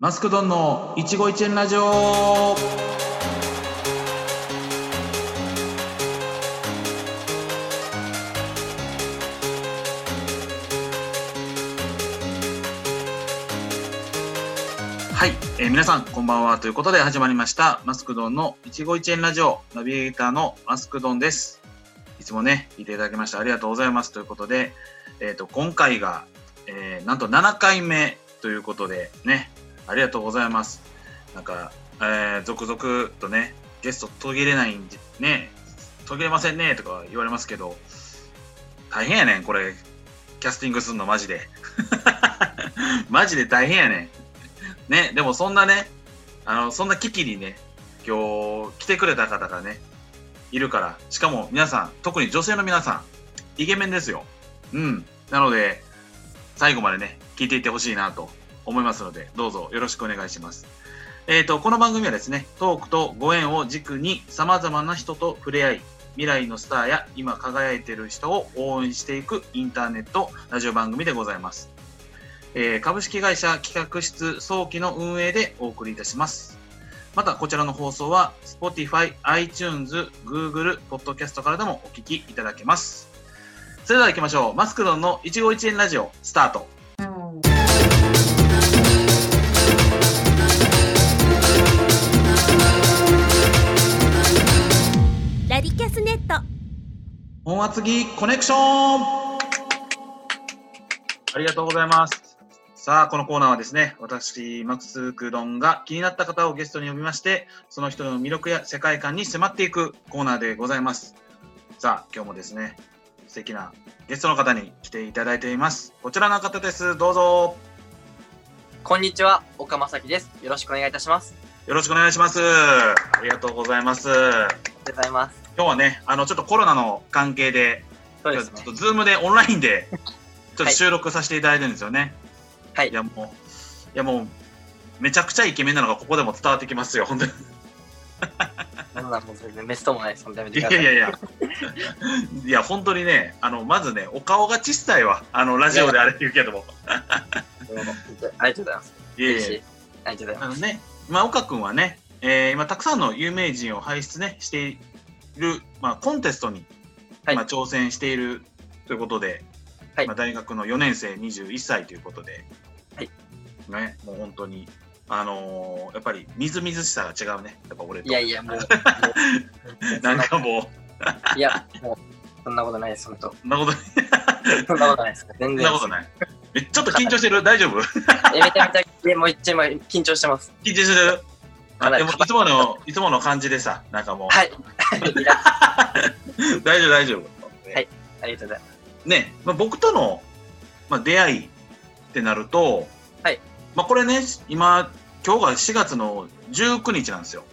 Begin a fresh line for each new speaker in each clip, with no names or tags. マスクドンの一期一会ラジオはい、えー皆さんこんばんはということで始まりましたマスクドンの一期一会ラジオナビゲーターのマスクドンですいつもね聞いていただきましてありがとうございますということでえっ、と今回が、えーなんと7回目ということでねありがとうございます。なんか、えー続々とね、ゲスト途切れないんで、ね、途切れませんねとか言われますけど、大変やねん、これ、キャスティングすんの、マジで。 マジで大変やねん。ね、でもそんなね、あの、そんな危機にね、今日来てくれた方がね、いるから、しかも皆さん、特に女性の皆さん、イケメンですよ。うん。なので、最後までね、聞いていってほしいなと思いますので、どうぞよろしくお願いします。えっ、と、この番組はですね、トークとご縁を軸に様々な人と触れ合い、未来のスターや今輝いている人を応援していくインターネットラジオ番組でございます。えー株式会社企画室早期の運営でお送りいたします。また、こちらの放送は Spotify、iTunes、Google、Podcast からでもお聞きいただけます。それでは行きましょう。マスクドンの一期一会ラジオ、スタート。
ラディキャスネット
本厚木コネクションありがとうございます。さあ、このコーナーはですね、私、マックス・クドンが気になった方をゲストに呼びまして、その人の魅力や世界観に迫っていくコーナーでございます。さあ、今日もですね、素敵なゲストの方に来ていただいています。こちらの方です。どうぞ。
こんにちは、岡正樹です。よろしくお願いいたします。
よろしくお願いします。ありがとうございます。
ありがとうございます。
今日はね、あの、ちょっとコロナの関係で、
そうで
ち
す
ょっ
ね
と。ズームでオンラインでちょっ
は
と
い
収録させていただいてるんですよね。
はい
いやもう、いやもう、めちゃくちゃイケメンなのがここでも伝わってきますよ、本当に。
そんなもん全然メスともないです。そんなやめて
い
くだ
や
さい
いやいや、いや、本当にね、あの、まずね、お顔が小さいわ。あの、ラジオであれ言うけども。
ありがとうございます。
いやい
嬉し
や
い。ありがとうござい
あ
ま
の
す。
ね、まあ、岡君はね、えー今、たくさんの有名人を輩出ね、している、まあ、コンテストに、
はい
まあ、挑戦しているということで、
はい
まあ、大学の4年生21歳ということで、
はい
ね、もう本当に、あのーやっぱりみずみずしさが違うね、やっぱ俺と。
いやいや、もう。も う
なんかもう、
いや、もう、そんなことないです、本当。
そんなことない、
そんなことないです。
そ
全
ん
然
なことない。えちょっと緊張してる大丈夫
えめちゃめちゃ、でもう一応今緊張してます。
緊張してるあ
かな
で
り
もいつもの、いつもの感じでさ、なんかもう、
はい。リラックス
大丈夫大丈夫。
ありがとうございます。
ね、まあ、僕との、まあ、出会いってなると、
はい
まあ、これね今今日が4月の19日なんですよ、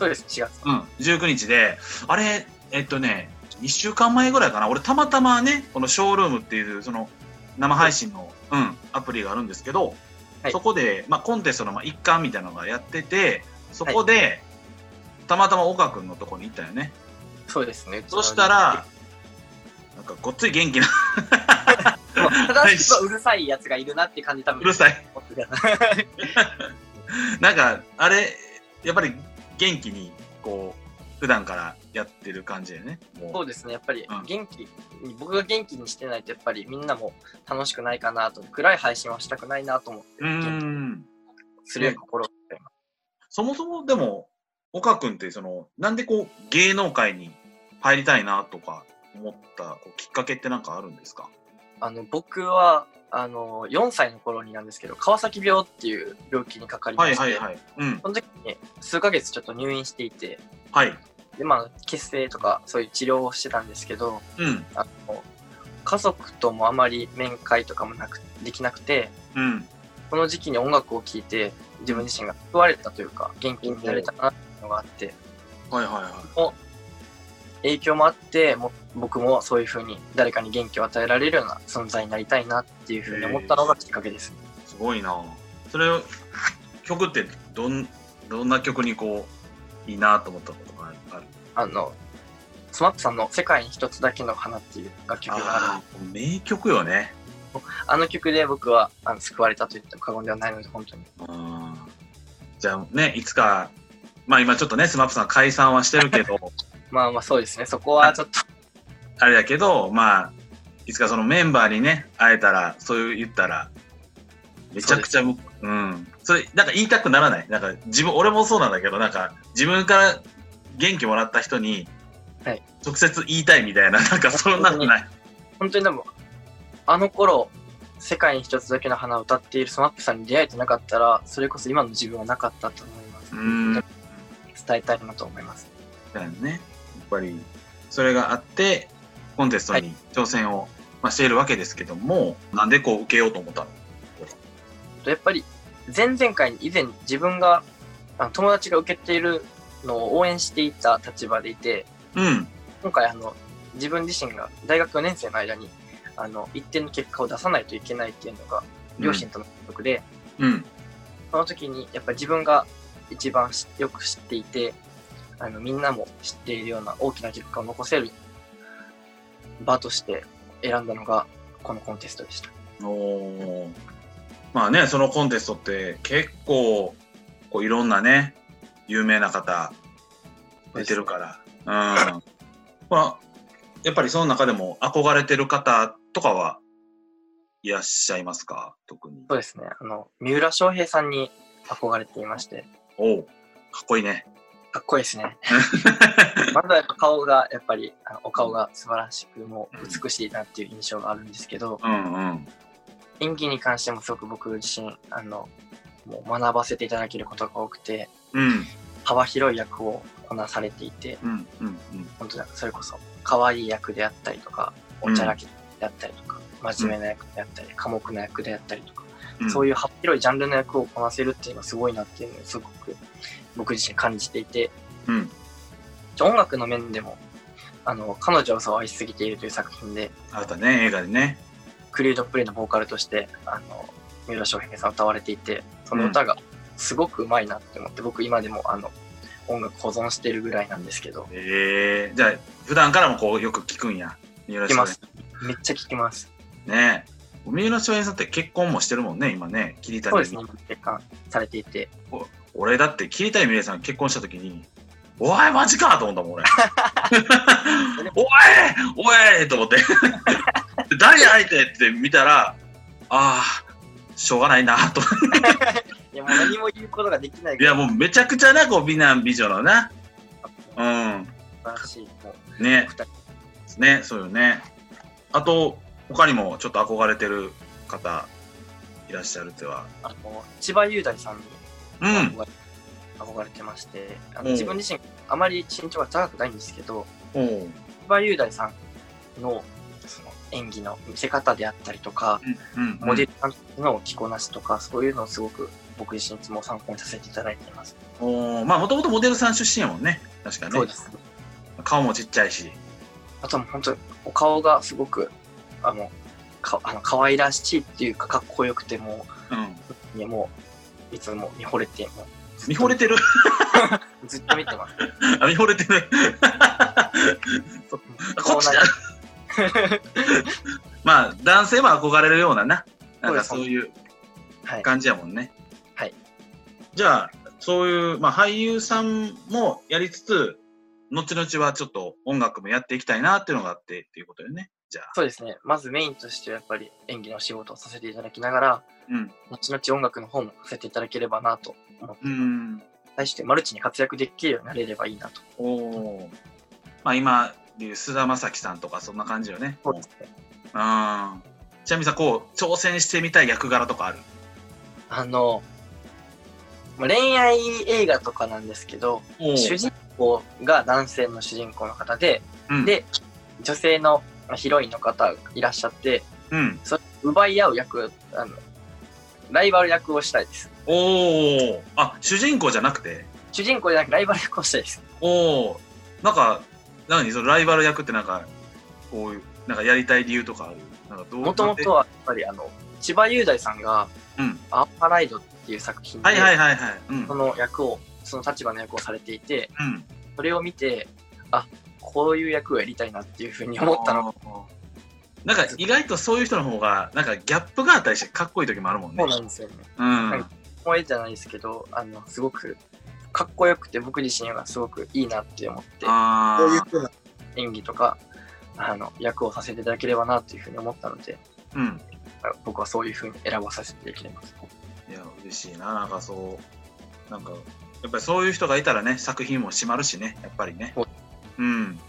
そうです、4月。
うん、19日であれえっとね1週間前ぐらいかな俺たまたまねこのショールームっていうその生配信の、うん、アプリがあるんですけど、
はい
そこで、まあ、コンテストのまあ一環みたいなのがやっててそこで、たまたま岡君のとこに行ったよね
そうですね。
そしたら、なんかごっつい元気な
もうただしくはうるさいやつがいるなって感じ、多分。
うるさい
い。
なんか、あれ、やっぱり元気に、こう、普段からやってる感じでね。
そ
も
うですね、やっぱり
うん
元気、僕が元気にしてないと、やっぱりみんなも楽しくないかなと、暗い配信はしたくないなと思って、
ううーん。
するように心がけてます。
そもそも、でも、岡君って、その、なんでこう、芸能界に入りたいなとか思ったこうきっかけってなんかあるんですか
あの僕はあの4歳の頃になんですけど、川崎病っていう病気にかかりま
はい
して、
はいはい。うん。
その時に数ヶ月ちょっと入院していて、
はい。
でまあ、血清とかそういう治療をしてたんですけど、
うん。
あの家族ともあまり面会とかもなくできなくて、
うん。
この時期に音楽を聴いて、自分自身が救われたというか、元気になれたなっていうのがあって、
はいはいは
影響もあっても僕もそういうふうに誰かに元気を与えられるような存在になりたいなっていうふうに思ったのがきっかけです、
い。すごいなそれ、曲って、どん、どんな曲にこう、いいなと思ったことがあるある
あのスマップさんの「世界に一つだけの花」っていう楽曲がある
あー名曲よね。
あの曲で僕はあの救われたと言っても過言ではないので本当に
うんあーじゃあね、いつか、まあ今ちょっとね、スマップさん解散はしてるけど、
まあまあそうですね、そこはちょっと、
あれだけど、まあ、いつかそのメンバーにね、会えたら、そういう言ったら、めちゃくちゃ、うん。それ、なんか言いたくならない。なんか自分、俺もそうなんだけど、なんか自分から元気もらった人に、
はい
直接言いたいみたいな、なんかそんなのない。
本当にでも、あの頃、世界に一つだけの花を歌っている SMAP さんに出会えてなかったら、それこそ今の自分はなかったと思います。
うん。だ
伝えたいなと思います。
よね。やっぱり、それがあって、コンテストに挑戦を、まあ、しているわけですけども、なんでこう受けようと思ったの
やっぱり前々回に以前自分があの友達が受けているのを応援していた立場でいて
うん。
今回あの自分自身が大学4年生の間にあの一定の結果を出さないといけないっていうのが両親との約束で、
うん。
その時にやっぱり自分が一番しよく知っていてあのみんなも知っているような大きな結果を残せる場として選んだのがこのコンテストでした。
おーまあねそのコンテストって結構こういろんなね有名な方出てるから、うんまあ、やっぱりその中でも憧れてる方とかはいらっしゃいますか特に
そうですね。あの、三浦翔平さんに憧れていまして、
おうかっこいいね
かっこいいですね。まずはやっぱ顔が、やっぱり、あのお顔が素晴らしく、もう美しいなっていう印象があるんですけど、
うんうん
演技に関してもすごく僕自身、あの、もう学ばせていただけることが多くて、
うん
幅広い役をこなされていて、
うんうん
本当にそれこそ、可愛い役であったりとか、おちゃらけであったりとか、真面目な役であったり、寡黙な役であったりとか、
うん
そう
い
いう幅広いジャンルの役をこなせるっていうのはすごいなっていうのをすごく僕自身感じていて、
うん、うん、
音楽の面でも、あの、彼女はそう愛しすぎているという作品で、
あなたね映画でね
クリードプレイのボーカルとして、あの、三浦翔平さん歌われていて、その歌がすごくうまいなって思って、僕今でもあの、音楽保存してるぐらいなんですけど、
えー、じゃあ普段からもこうよく聞くんや三浦翔
聞き
平
ます。めっちゃ聞きます。
ねえ。三浦翔平さんって結婚もしてるもんね、今ね。桐
そう
谷
ですね、今結婚されていて、
俺だって桐谷美玲さん結婚した時に、おい、マジかと思ったもん、 俺。おいおいと思って。 誰相手って見たら、ああ、しょうがないなと。
いや、もう何も言うことができない
い
ぐら
や、
い
もうめちゃくちゃな、こう、美男美女のな。うん。
素晴らしい、もう、
ね
二人。
ね、そうよね。あと、他にもちょっと憧れてる方、いらっしゃるっては。
あの、千葉雄大さんに
うん。
憧れ憧れてまして、あ
うん
の自分自身あまり身長が高くないんですけど
おう
千葉雄大さんのその演技の見せ方であったりとか、
うん。
モデルさんの着こなしとかそういうのをすごく僕自身いつも参考にさせていただいています、
おーまあもともとモデルさん出身やもんね確かね
そうです
顔もちっちゃいし
あともう本当にお顔がすごくあのかあの可愛らしいっていうかかっこよくても
うん
ういやもういつも見惚れても
見惚れてる
うずっと見てます
あ見惚れてる こっちだまあ男性も憧れるようなななんか
そ
そうう
です
いう
はい
感じやもんね
はい
じゃあそういう、まあ、俳優さんもやりつつ後々はちょっと音楽もやっていきたいなっていうのがあってっていうことよねじゃあ
そうですね。まずメインとしてはやっぱり演技の仕事をさせていただきながら、
うん
後々音楽の方もさせていただければなと思って、
うん
対してマルチに活躍できるようになれればいいなと。
おおまあ今でいう菅田将暉さんとかそんな感じよね
そうですね。
あーちなみにさこう挑戦してみたい役柄とかある
あの、まあ恋愛映画とかなんですけど、主人公が男性の主人公の方で、
うん
で、女性のまあヒロインの方いらっしゃって、
うん、
奪い合う役、あの、ライバル役をしたいです。
おおあ主人公じゃなくて
主人公じゃなくライバル役をしたいです。
おおなんか何そのライバル役ってなんかこういうなんかやりたい理由とかあるなんかどう
もともと
は、
はやっぱりあの千葉雄大さんが
うん、
「アッパライド」っていう作品で、
はいはいはいはいうん
その役をその立場の役をされていて
うん
それを見てあこういう役をやりたいなっていうふうに思ったのが
のなんか意外とそういう人の方がなんかギャップがあったりしてかっこいい時もあるもんね
そうなんですよね。
うん
はい萌えじゃないですけど、あの、すごくかっこよくて、僕自身はすごくいいなって思って、
あ
そういう
あ、
ふうな、
演技とか、あの、役をさせていただければなというふうに思ったので、
うん。
僕はそういうふうに選ばさせていただきます。
いや、嬉しいな。なんかそう、なんか、やっぱりそういう人がいたらね、作品も締まるしね、やっぱりね
そう。
うん。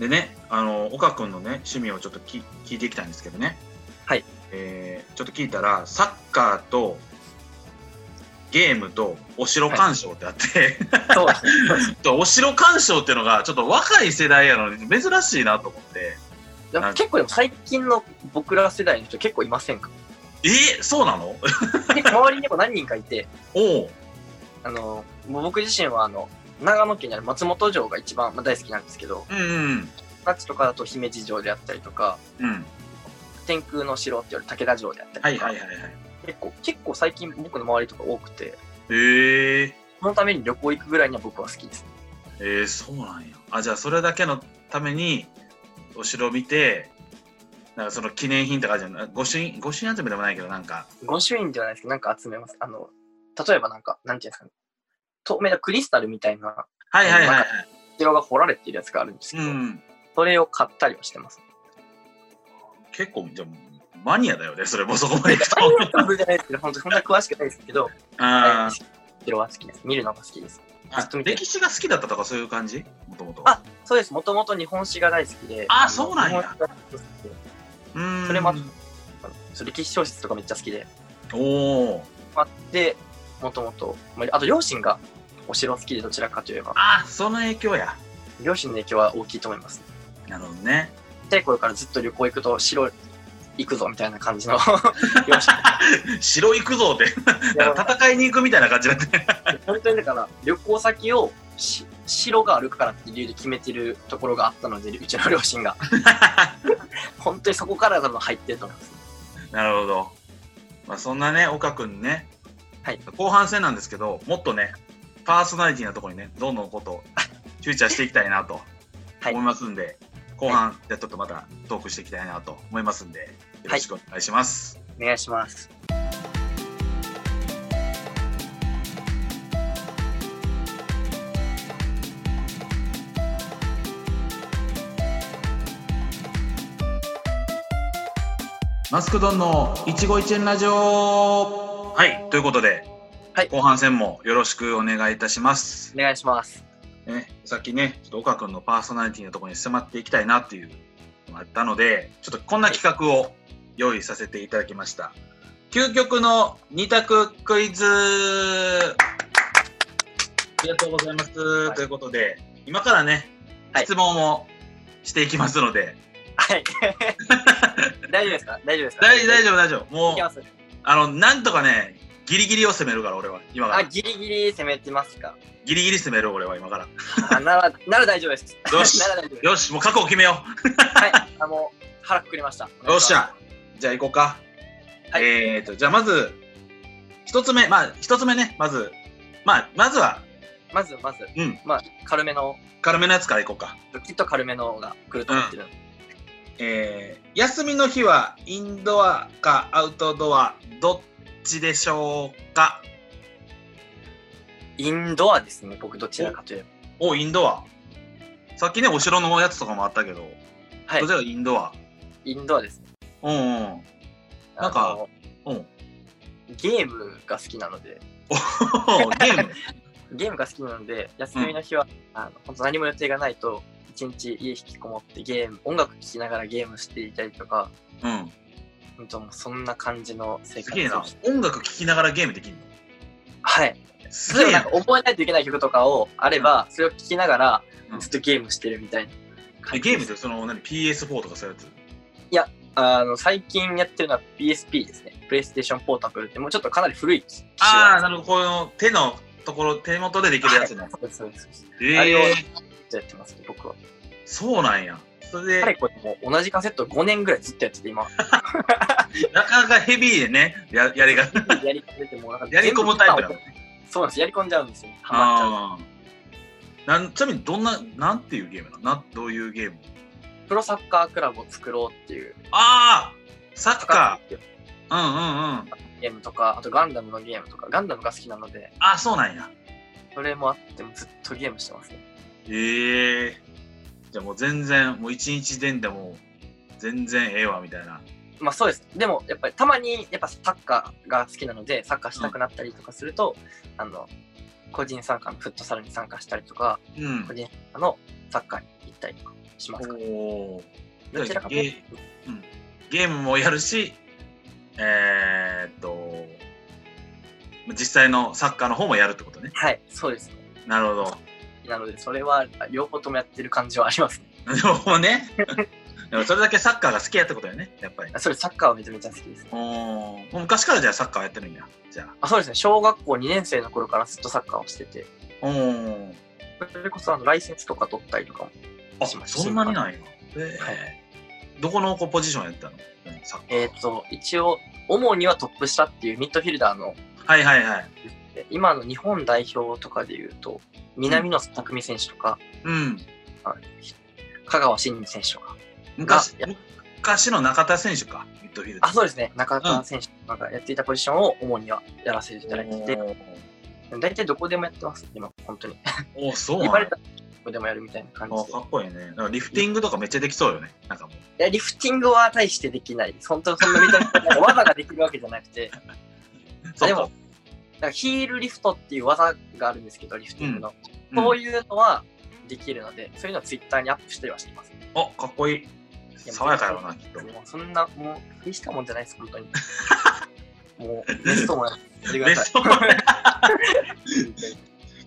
でね、あの、岡君のね、趣味をちょっとき聞いていきたいんですけどね。
はい。
えーちょっと聞いたら、サッカーと、ゲームとお城鑑賞ってあって、
そうです ね。
お城鑑賞っていうのがちょっと若い世代やのに珍しいなと思って
でも結構でも最近の僕ら世代の人結構いま せんか
えー、そうなの
結構周りにも何人かいて、
おう
あの、もう僕自身はあの、長野県にある松本城が一番、まあ、大好きなんですけど、
うんうん
那智とかだと姫路城であったりとか、
うん
天空の城って言われる武田城であったりとか、
はいはいはいはい
結構、結構最近僕の周りとか多くて、
へえ
そのために旅行行くぐらいには僕は好きです。
えー、そうなんやあじゃあそれだけのためにお城見てなんかその記念品とかじゃな御朱印御朱印集めでもないけどなんか
御朱印ではないですけど、なんか集めます。あの、例えばなんか、なんていうんですかね、透明なクリスタルみたいな
はいはいはいはい
城が彫られているやつがあるんですけ
う
ど、
ん
それを買ったりはして ます。
結構じゃあマニアだよねそれもうそこまで行 くと
僕じゃないですけど、本当そんな詳しくないです けど、
あー
城は好きです。見るのが好きです。ずっ
あ
と見てる
歴史が好きだったとかそういう感じもともと
あそうです。もともと日本史が大好きで。
あ
の
そうなんや
日本史が大好きで
そ
それもあってそう歴史小説とかめっちゃ好きで。
おお
あって、もともと、まああと両親がお城好きでどちらかといえば、
あその影響や
両親の影響は大きいと思います。
なるほどね
ちっちゃい頃からずっと旅行行くと城行くぞみたいな感じの両親
城行くぞってなんか戦いに行くみたいな感じだって
本当にだから旅行先をし城があるからっていう理由で決めてるところがあったので、うちの両親 が。本当にそこから多分入ってると思います。
なるほど、まあ、そんなね岡君ね、
はい
後半戦なんですけどもっとねパーソナリティなところにねどんどんことをフューチャーしていきたいなと
はい
思いますんで、後半じゃあちょっとまたトークしていきたいなと思いますんでよろしくお願いします、
お願いします。
マスクドンの一期一会ラジオはい、ということで、
はい
後半戦もよろしくお願いいたします。
お願いします。
ね、さっきね、ちょっと岡君のパーソナリティのところに迫っていきたいなっていうのがあったので、ちょっとこんな企画を用意させていただきました。究極の二択クイズありがとうございます。
い
ということで、今からね、
はい
質問をしていきますので、
はい。大丈夫ですか大丈夫ですか
大大丈夫、大丈夫。も
いうきます
あの、なんとかね、ギリギリを攻めるから、俺は。今か
あ、
ら。
ギリギリ攻めてますか。
ギリギリ攻める、俺は、今から。
あなら、なら大丈夫です。
よし
なら大丈夫です。
よし、もう覚悟決めよ
はい。あ、もう、腹くくりました。
う。よっしゃ。じゃあ行こうか。
はい
えーと、じゃあまず、一つ目、まあ、一つ目ね、まず、まあ、まずは、
まず、まず、
うん、
まあ、軽めの、
軽めのやつから行こうか。
きっと軽めのが来ると思ってる。
えー、休みの日はインドアかアウトドア、どっちでしょうか
インドアですね、僕どちらかというと。
お、インドア。さっきね、お城のやつとかもあったけど、
はい
どちらがインドア。
インドアです。
うんうん。なんか
あの、
うん。
ゲームが好きなので、
ゲーム。
ゲームが好きなので、休みの日は、あの本当何も予定がないと、一日家引きこもってゲーム、音楽聴きながらゲームしていたりとか、
うん。
本当もうそんな感じの生
す
活
げえ
を
な
して。
音楽聴きながらゲームできるの
はい。
す
例
げ
えば
え
なん
な
か。覚えないといけない曲とかをあれば、それを聴きながら
うん
ずっとゲームしてるみたいな
え
感じ
ゲー
です
ムってその何 PS4 とかそういうやつ
あの最近やってるのは PSP ですね。PlayStation Portable ってもうちょっとかなり古い機種
ああ、
な
なるほど。この手のところ、手元でできるやつね。
そうですそうですそうです。
え
あれを
え
ずっとやってますね、僕は。
そうなんや。それ
彼
で、
これもう同じカセット5年ぐらいずっとやって て今、
なかなかヘビーでね、ややりが。
やり込んでてもうなんか
やり込むタイプなの
全部そうなんです、やり込んじゃうんですよ。ハマっちゃう。
ああ。なんちなみにどんな、なんていうゲームなのなどういうゲーム
プロサッカークラブを作ろうっていう。
ああサッカ
ー
ー。うんうんうん。
ゲームとか、あとガンダムのゲームとか、ガンダムが好きなので、
あ、そうなんや。
それもあってもずっとゲームしてますね。
ええじゃあもう全然、もう一日でんでも、全然ええわ、みたいな。
まあそうです。でもやっぱりたまにやっぱサッカーが好きなので、サッカーしたくなったりとかすると、あの、個人参加のフットサルに参加したりとか、
うん
個。人参加のサッカーに行ったりとかしますかね。
おー
どちらかというと、
ゲームもやるし、えー、っと、実際のサッカーの方もやるってことね。
はい、そうですね。
なるほど。
なので、それは両方ともやってる感じはありますね。
なるほど ね。でもそれだけサッカーが好きやってことよね、やっぱり。
あそれサッカーはめちゃめちゃ好きです。
おーもう昔からじゃあサッカーやってるんや。じゃあ。
あそうですね、小学校2年生の頃からずっとサッカーをしてて、
おー
それこそあのライセンスとか取ったりとかも。
あ、
します
そんなにないのえー
は
どこのこうポジションやったのサッカー。
えっ、と、一応、主にはトップ下っていうミッドフィルダーの、
はいはいはい。
今の日本代表とかで言うと、南野拓実選手とか、
うん。
あ香川真司選手とか、
昔
あいや
昔の中田選手か、ミッドフィルダ
あ、
ー。
そうですね、中田選手とかがやっていたポジションを主にはやらせていただいてて、
おー
大体どこでもやってます、今、本当に。
おーそう
言
な
わ
ん
れ
や
たらどこでもやるみたいな感
あ
じで
か。っこいいね。なんかリフティングとかめっちゃできそうよね。なんかもう。
いや、リフティングは大してできない。本当にそんな見た目 技ができるわけじゃなくて、あでも、なんかヒールリフトっていう技があるんですけど、リフティングの。
うん、
そういうのはできるので、そういうのはツイッターにアップしたりはしてます。
あかっこいい。爽やかやろな、きっと。
もうそんな、もう、大したもんじゃないです、 本当に。もう、ベストもやってく
ベ
ださ
ス
い。
ト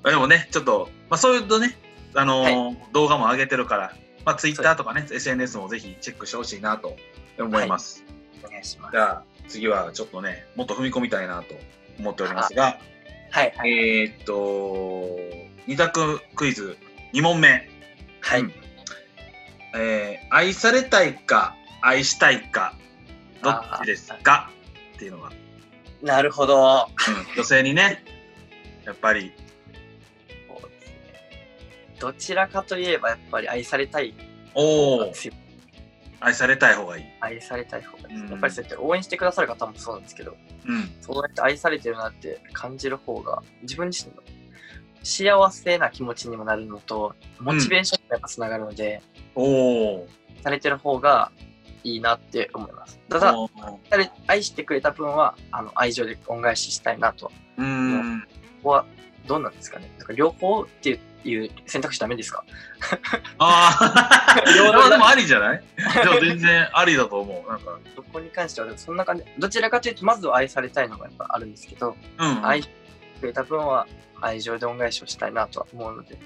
でもね、ちょっと、まあ、そういうとね、あのー動画も上げてるから、まあ、Twitter とかね、SNS もぜひチェックしてほしいなと思います。
お願いします。
じゃあ、次はちょっとね、もっと踏み込みたいなと思っておりますが、
はい、はい、
えーっと、2択クイズ2問目。
は
う
い
ん。えー愛されたいか、愛したいか、どっちですかっていうのが、うん
なるほど。
女性にね、やっぱり、
そうですねどちらかといえば、やっぱり愛されたい
お
なん
お
で、すよ
愛されたい方がいい。
愛されたい方がです
う
ね
ん
やっぱりそうやって応援してくださる方もそうなんですけど、
うん。
そうやって愛されてるなって感じる方が、自分自身の幸せな気持ちにもなるのと、モチベーションにもやっぱつながるので、
おお。
されてる方がいいなって思います。ただ、
おー、
誰愛してくれた分は、あの愛情で恩返ししたいなと。こ
うーん。
こはどうなんですかねなんか両方っていう選択肢ダメですか
ああ、い
両
や
方
でもありじゃ ないでも全然ありだと思う。なんか、
そこに関しては、でもそんな感じ。どちらかというと、まずは愛されたいのがやっぱあるんですけど、
うん。
愛してくれた分は愛情で恩返しをしたいなとは思う ので。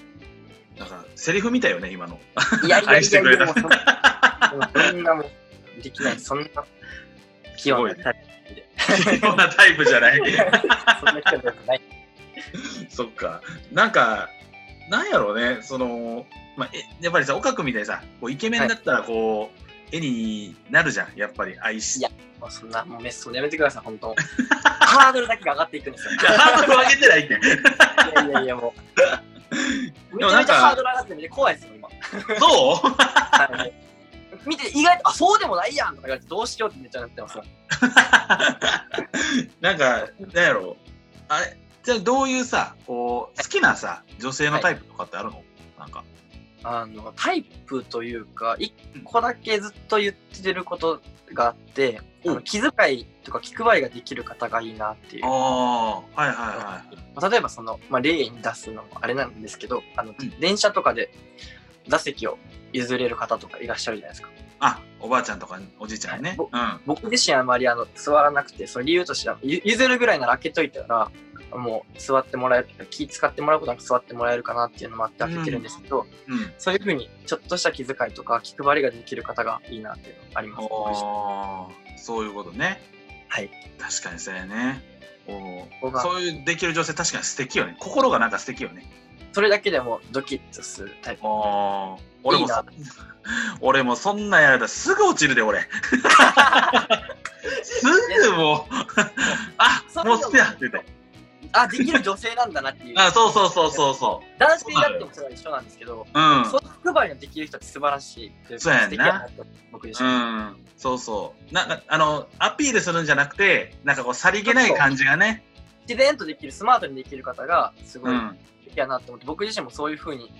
なんか、セリフみたいよね、今の。
いやいや
愛
い
して
や
くれ
い
た
や、もうそんな、もうそんなもうできない、そんな器用なタイ
器用なタイプじゃない。
プ、そんな人ではない。
そっか。なんか、なんやろうね、その、まあ、えやっぱりさ、岡君みたいにさ、こうイケメンだったら、こう、絵になるじゃん、やっぱり愛し。
いやもうそんな、もうメッソやめてください、本当。ハードルだけが上がっていく んですよ。
いや ハードル上げてないって。
いやいやいや、も う。
で
め
も
ちゃ
な
め
ん
ちゃ
か
ハードル上がってるんで怖いですよ、今。
そう
はい見て、意外と、あ、そうでもないやんとか言われて、どうしようってめっちゃなってますよ。
なんか、なんやろう。あれ、じゃあどういうさ、こう、好きなさ、女性のタイプとかってあるの、なんか。
あの、タイプというか、一個だけずっと言ってることがあって、あ
う
の
ん
気遣いとか気配りができる方がいいなっていう。
ああ、はいはいはい。
例えばその、まあ、例に出すのもあれなんですけどあの、
うん
電車とかで座席を譲れる方とかいらっしゃるじゃないですか
あ、おばあちゃんとかおじいちゃんね。
ぼ
うん。
僕自身あまりあの座らなくてその理由としてはゆ譲るぐらいなら開けといたらもう座ってもらえる気使ってもらうことなく座ってもらえるかなっていうのもあって開けてるんですけど、
うん。
そういうふうにちょっとした気遣いとか気配りができる方がいいなっていうのがあります
ああ、そういうことね。
はい。
確かにそうやね。お
僕
ー
は
そういうできる女性確かに素敵よね。心がなんか素敵よね。
それだけでもドキッとするタイプ
ああ、俺
い
も
いな
そ俺もそんなんやられたらすぐ落ちるで 俺。すぐもうあもう捨てやって言って。
あできる女性なんだなっていう
あそうそうそうそうそう。
男性だってもそれは一緒なんですけど、
うん。
そういう配りのできる人って素晴らしいっていう
そうやんな
素敵やなと僕自
う
身、
ん、そうそうななあのアピールするんじゃなくてなんかこうさりげない感じがね
自然とできるスマートにできる方がすご
う
い
ん
素敵やなと思って、僕自身もそういう風に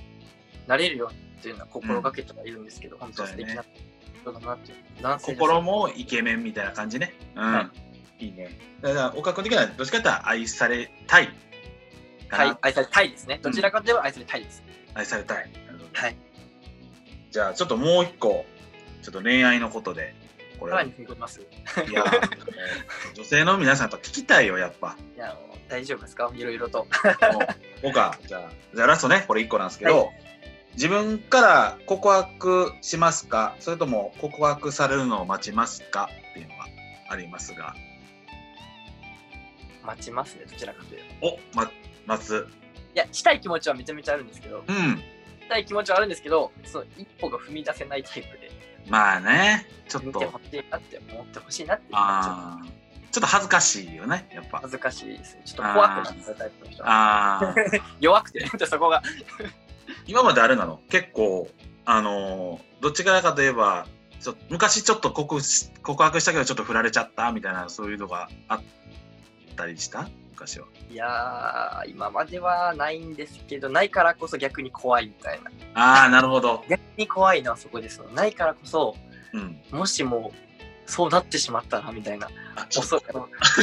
なれるようにっていうのは心がけてはいるんですけど、本当は素敵な人だなっていう男性です
心もイケメンみたいな感じねうん、、
はい
いねだから岡君的にはどっちかっていうと愛されたいかな、
はい愛されたいですねどちらかといえば愛されたいです、
愛されたい
はい
じゃあちょっともう一個ちょっと恋愛のことでこれ
さらに踏み込みますい
いや女性の皆さんやっぱ聞きたいよやっ ぱ
やもう大丈夫ですかいろいろと
もう岡じゃあじゃあラストねこれ1個なんですけど、自分から告白しますかそれとも告白されるのを待ちますかっていうのがありますが
待ちますねどちらかというとい
おま待つ
やしたい気持ちはめちゃめちゃあるんですけど
うん
したい気持ちはあるんですけどその一歩が踏み出せないタイプで
まあねちょっ
見
と
てほしいなって思ってほしいなっていうのが
あー
ちょっと
ちょっと恥ずかしいよねやっぱ
恥ずかしいですねちょっと怖くなっちゃうタイプの人は
あー
弱くて そこが
今まであれなの結構あのーどっちからかといえばちょ昔ちょっと告し告白したけどちょっと振られちゃったみたいなそういうのがあったりした昔はい
やー今まではないんですけどないからこそ逆に怖いみたいな
ああなるほど、
逆に怖いのはそこですよないからこそ
うん、
もしもそうなってしまったらみたいな
あちょっと
恐れ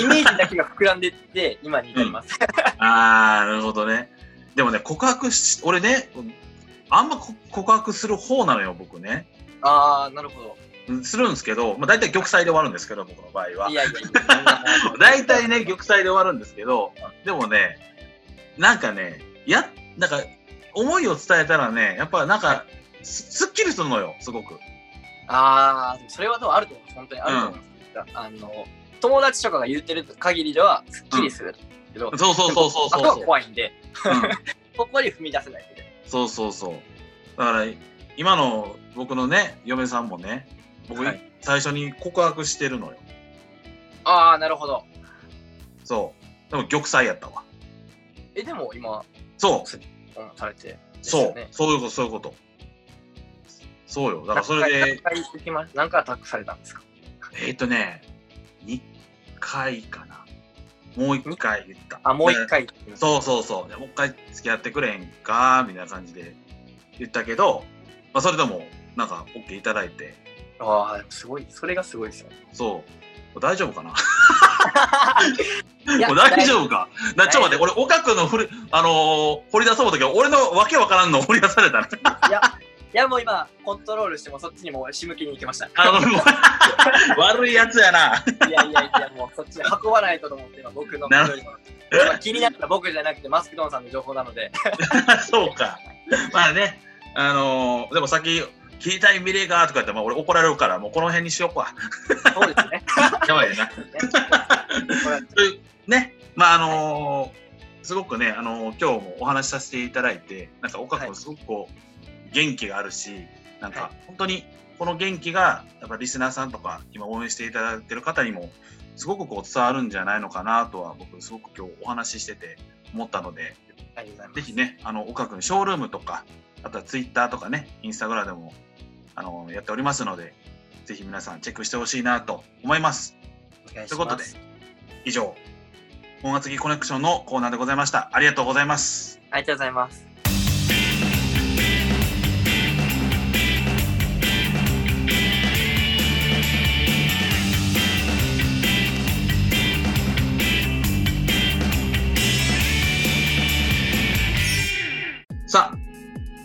のイメージだけが膨らんでって今に至ります、
あーなるほどねでもね告白し俺ねあんまこ告白する方なのよ僕ね
ああなるほど
うんするんですけど、まあ、大体玉砕で終わるんですけど僕の場合はい
やいやいや
大体ね、玉砕で終わるんですけど、でもね、なんかね、や、なんか、思いを伝えたらね、やっぱなんか、すすっきりするのよ、すごく。
ああそれはどうあると思います本当にあると思います、あの友達とかが言ってる限りではすっきりするけど、
そうそうそうそう
あと
そう
は
そう。
怖いんで
うん
ここに踏み出せないみたい
そうそうそう。だから、今の僕のね、嫁さんもね、僕、
はい
最初に告白してるのよ。
なああなるほど
そう。でも玉砕やったわ。
えでも今
そう。
うんされてです
そ
よ
う
ね。
そういうこと、そういうこと。そうよ。だからそれで。
何回何回行きま何回アタックされたんですか
えっ、とね、2回かな。もう1回言った。
あもう一
ね。
回
そうそうそう。じゃあもう一回付き合ってくれんかみたいな感じで言ったけど、まあ、それでも、なんか、OK いただいて、
ああすごいそれがすごいですよね
そう。大丈夫かな
いや
もう大丈夫かなちょっと待って、
大
俺、岡君のふり、あのー掘り出そうとき、俺のわけわからんの掘り出されたね。
いやいやもう今コントロールしてもそっちにもう仕向きに行きました
あ の、もう悪いやつやな。
いやいやいや、もうそっちに運ばないとと思って、今僕の
なる
よりも。今気になった僕じゃなくて、マスクドンさんの情報なので。
そうか。まあね、あのーでも先、聞いたい未練がとか言って、まあ、俺怒られるから、もうこの辺にしよう か。
そうです ね。
やばいよな。
これ
というね、まああのーすごくね、あのー今日もお話しさせていただいて、なんか岡
は
君
い
すごくこう、元気があるし、なん
は
か本当にこの元気が、やっぱリスナーさんとか、今応援していただいてる方にも、すごくこう伝わるんじゃないのかなとは、僕すごく今日お話ししてて思ったので、
ありがとうございます。
ぜひ。ね、あの、岡君、ショールームとか、あとはツイッターとかね、インスタグラムでも、あの、やっておりますので、ぜひ皆さんチェックしてほしいなと思います。
お願い
とい
し
うこと
ま。
です以上、本厚木コネクションのコーナーでございました。ありがとうございます。
ありがとうございます。
さあ、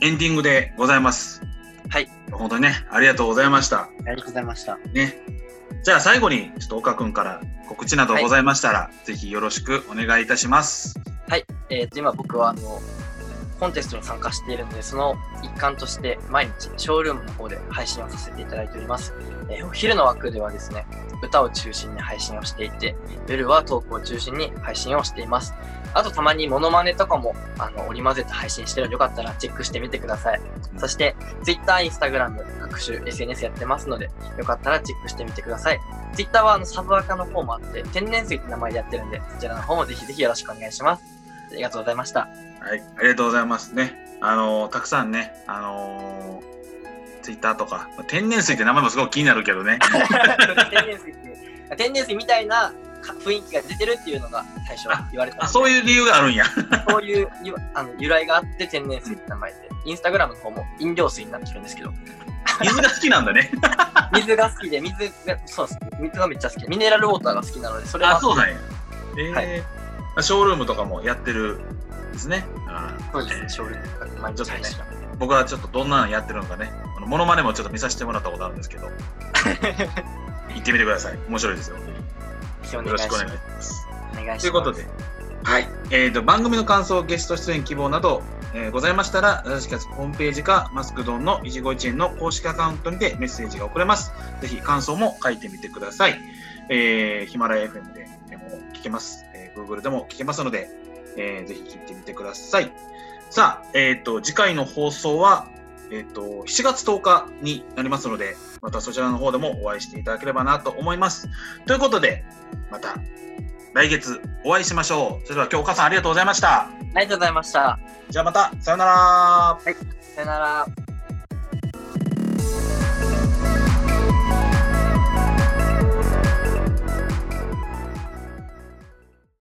エンディングでございます。
はい。
本当にね、ありがとうございました。
ありがとうございました。
ね。じゃあ最後に、ちょっと岡君から告知などございましたら、ぜひよろしくお願いいたします。
えっと、今僕は、あの、コンテストに参加しているので、その一環として、毎日、ショールームの方で配信をさせていただいております。えーお昼の枠ではですね、歌を中心に配信をしていて、夜はトークを中心に配信をしています。あとたまにモノマネとかもあの織り交ぜて配信してるのでよかったらチェックしてみてください。そして Twitter、Instagram 各種 SNS やってますのでよかったらチェックしてみてください。Twitter はあのサブアカの方もあって天然水って名前でやってる んでそちらの方もぜひぜひよろしくお願いします。ありがとうございました。
はい、ありがとうございますね。あのたくさんね、あのツイッターとか、天然水って名前もすごく気になるけどね。
天然水って、天然水みたいなか雰囲気が出てるっていうのが最初言われたので
あ、そういう理由があ るんや。
そういうゆあの由来があって天然水って名前で、インスタグラムの方も飲料水になってるんで すけど、
水が好きなんだね。
水が好きで、水が、そうです。水がめっちゃ好きで、ミネラルウォーターが好きなので、それは
あ、そうなんや。えーショールームとかもやってるんですね。あー
そうですね、少量とか毎日配信。
僕はちょっとどんなのやってるのかね、あのモノマネもちょっと見させてもらったことあるんですけど、 行ってみてください。面白いですよ。よ
お願
ろ
い
し
し
くお願い
ま
し
す。
ます。
お願いします。
ということで、
はい。
えー、と番組の感想、ゲスト出演希望など、えーございましたら、ラジキャスホームページか、マスクドンの一期一会の公式アカウントにてメッセージが送れます。ぜひ感想も書いてみてください。えーヒマラヤ FM でも聞けます。えー Google でも聞けますので、えーぜひ聞いてみてください。さあ、えー、と次回の放送は、えー、と7月10日になりますので、またそちらの方でもお会いしていただければなと思います。ということで、また来月お会いしましょう。それでは今日お母さんありがとうございました。
ありがとうございました。
じゃあまた、さよなら。
さよなら。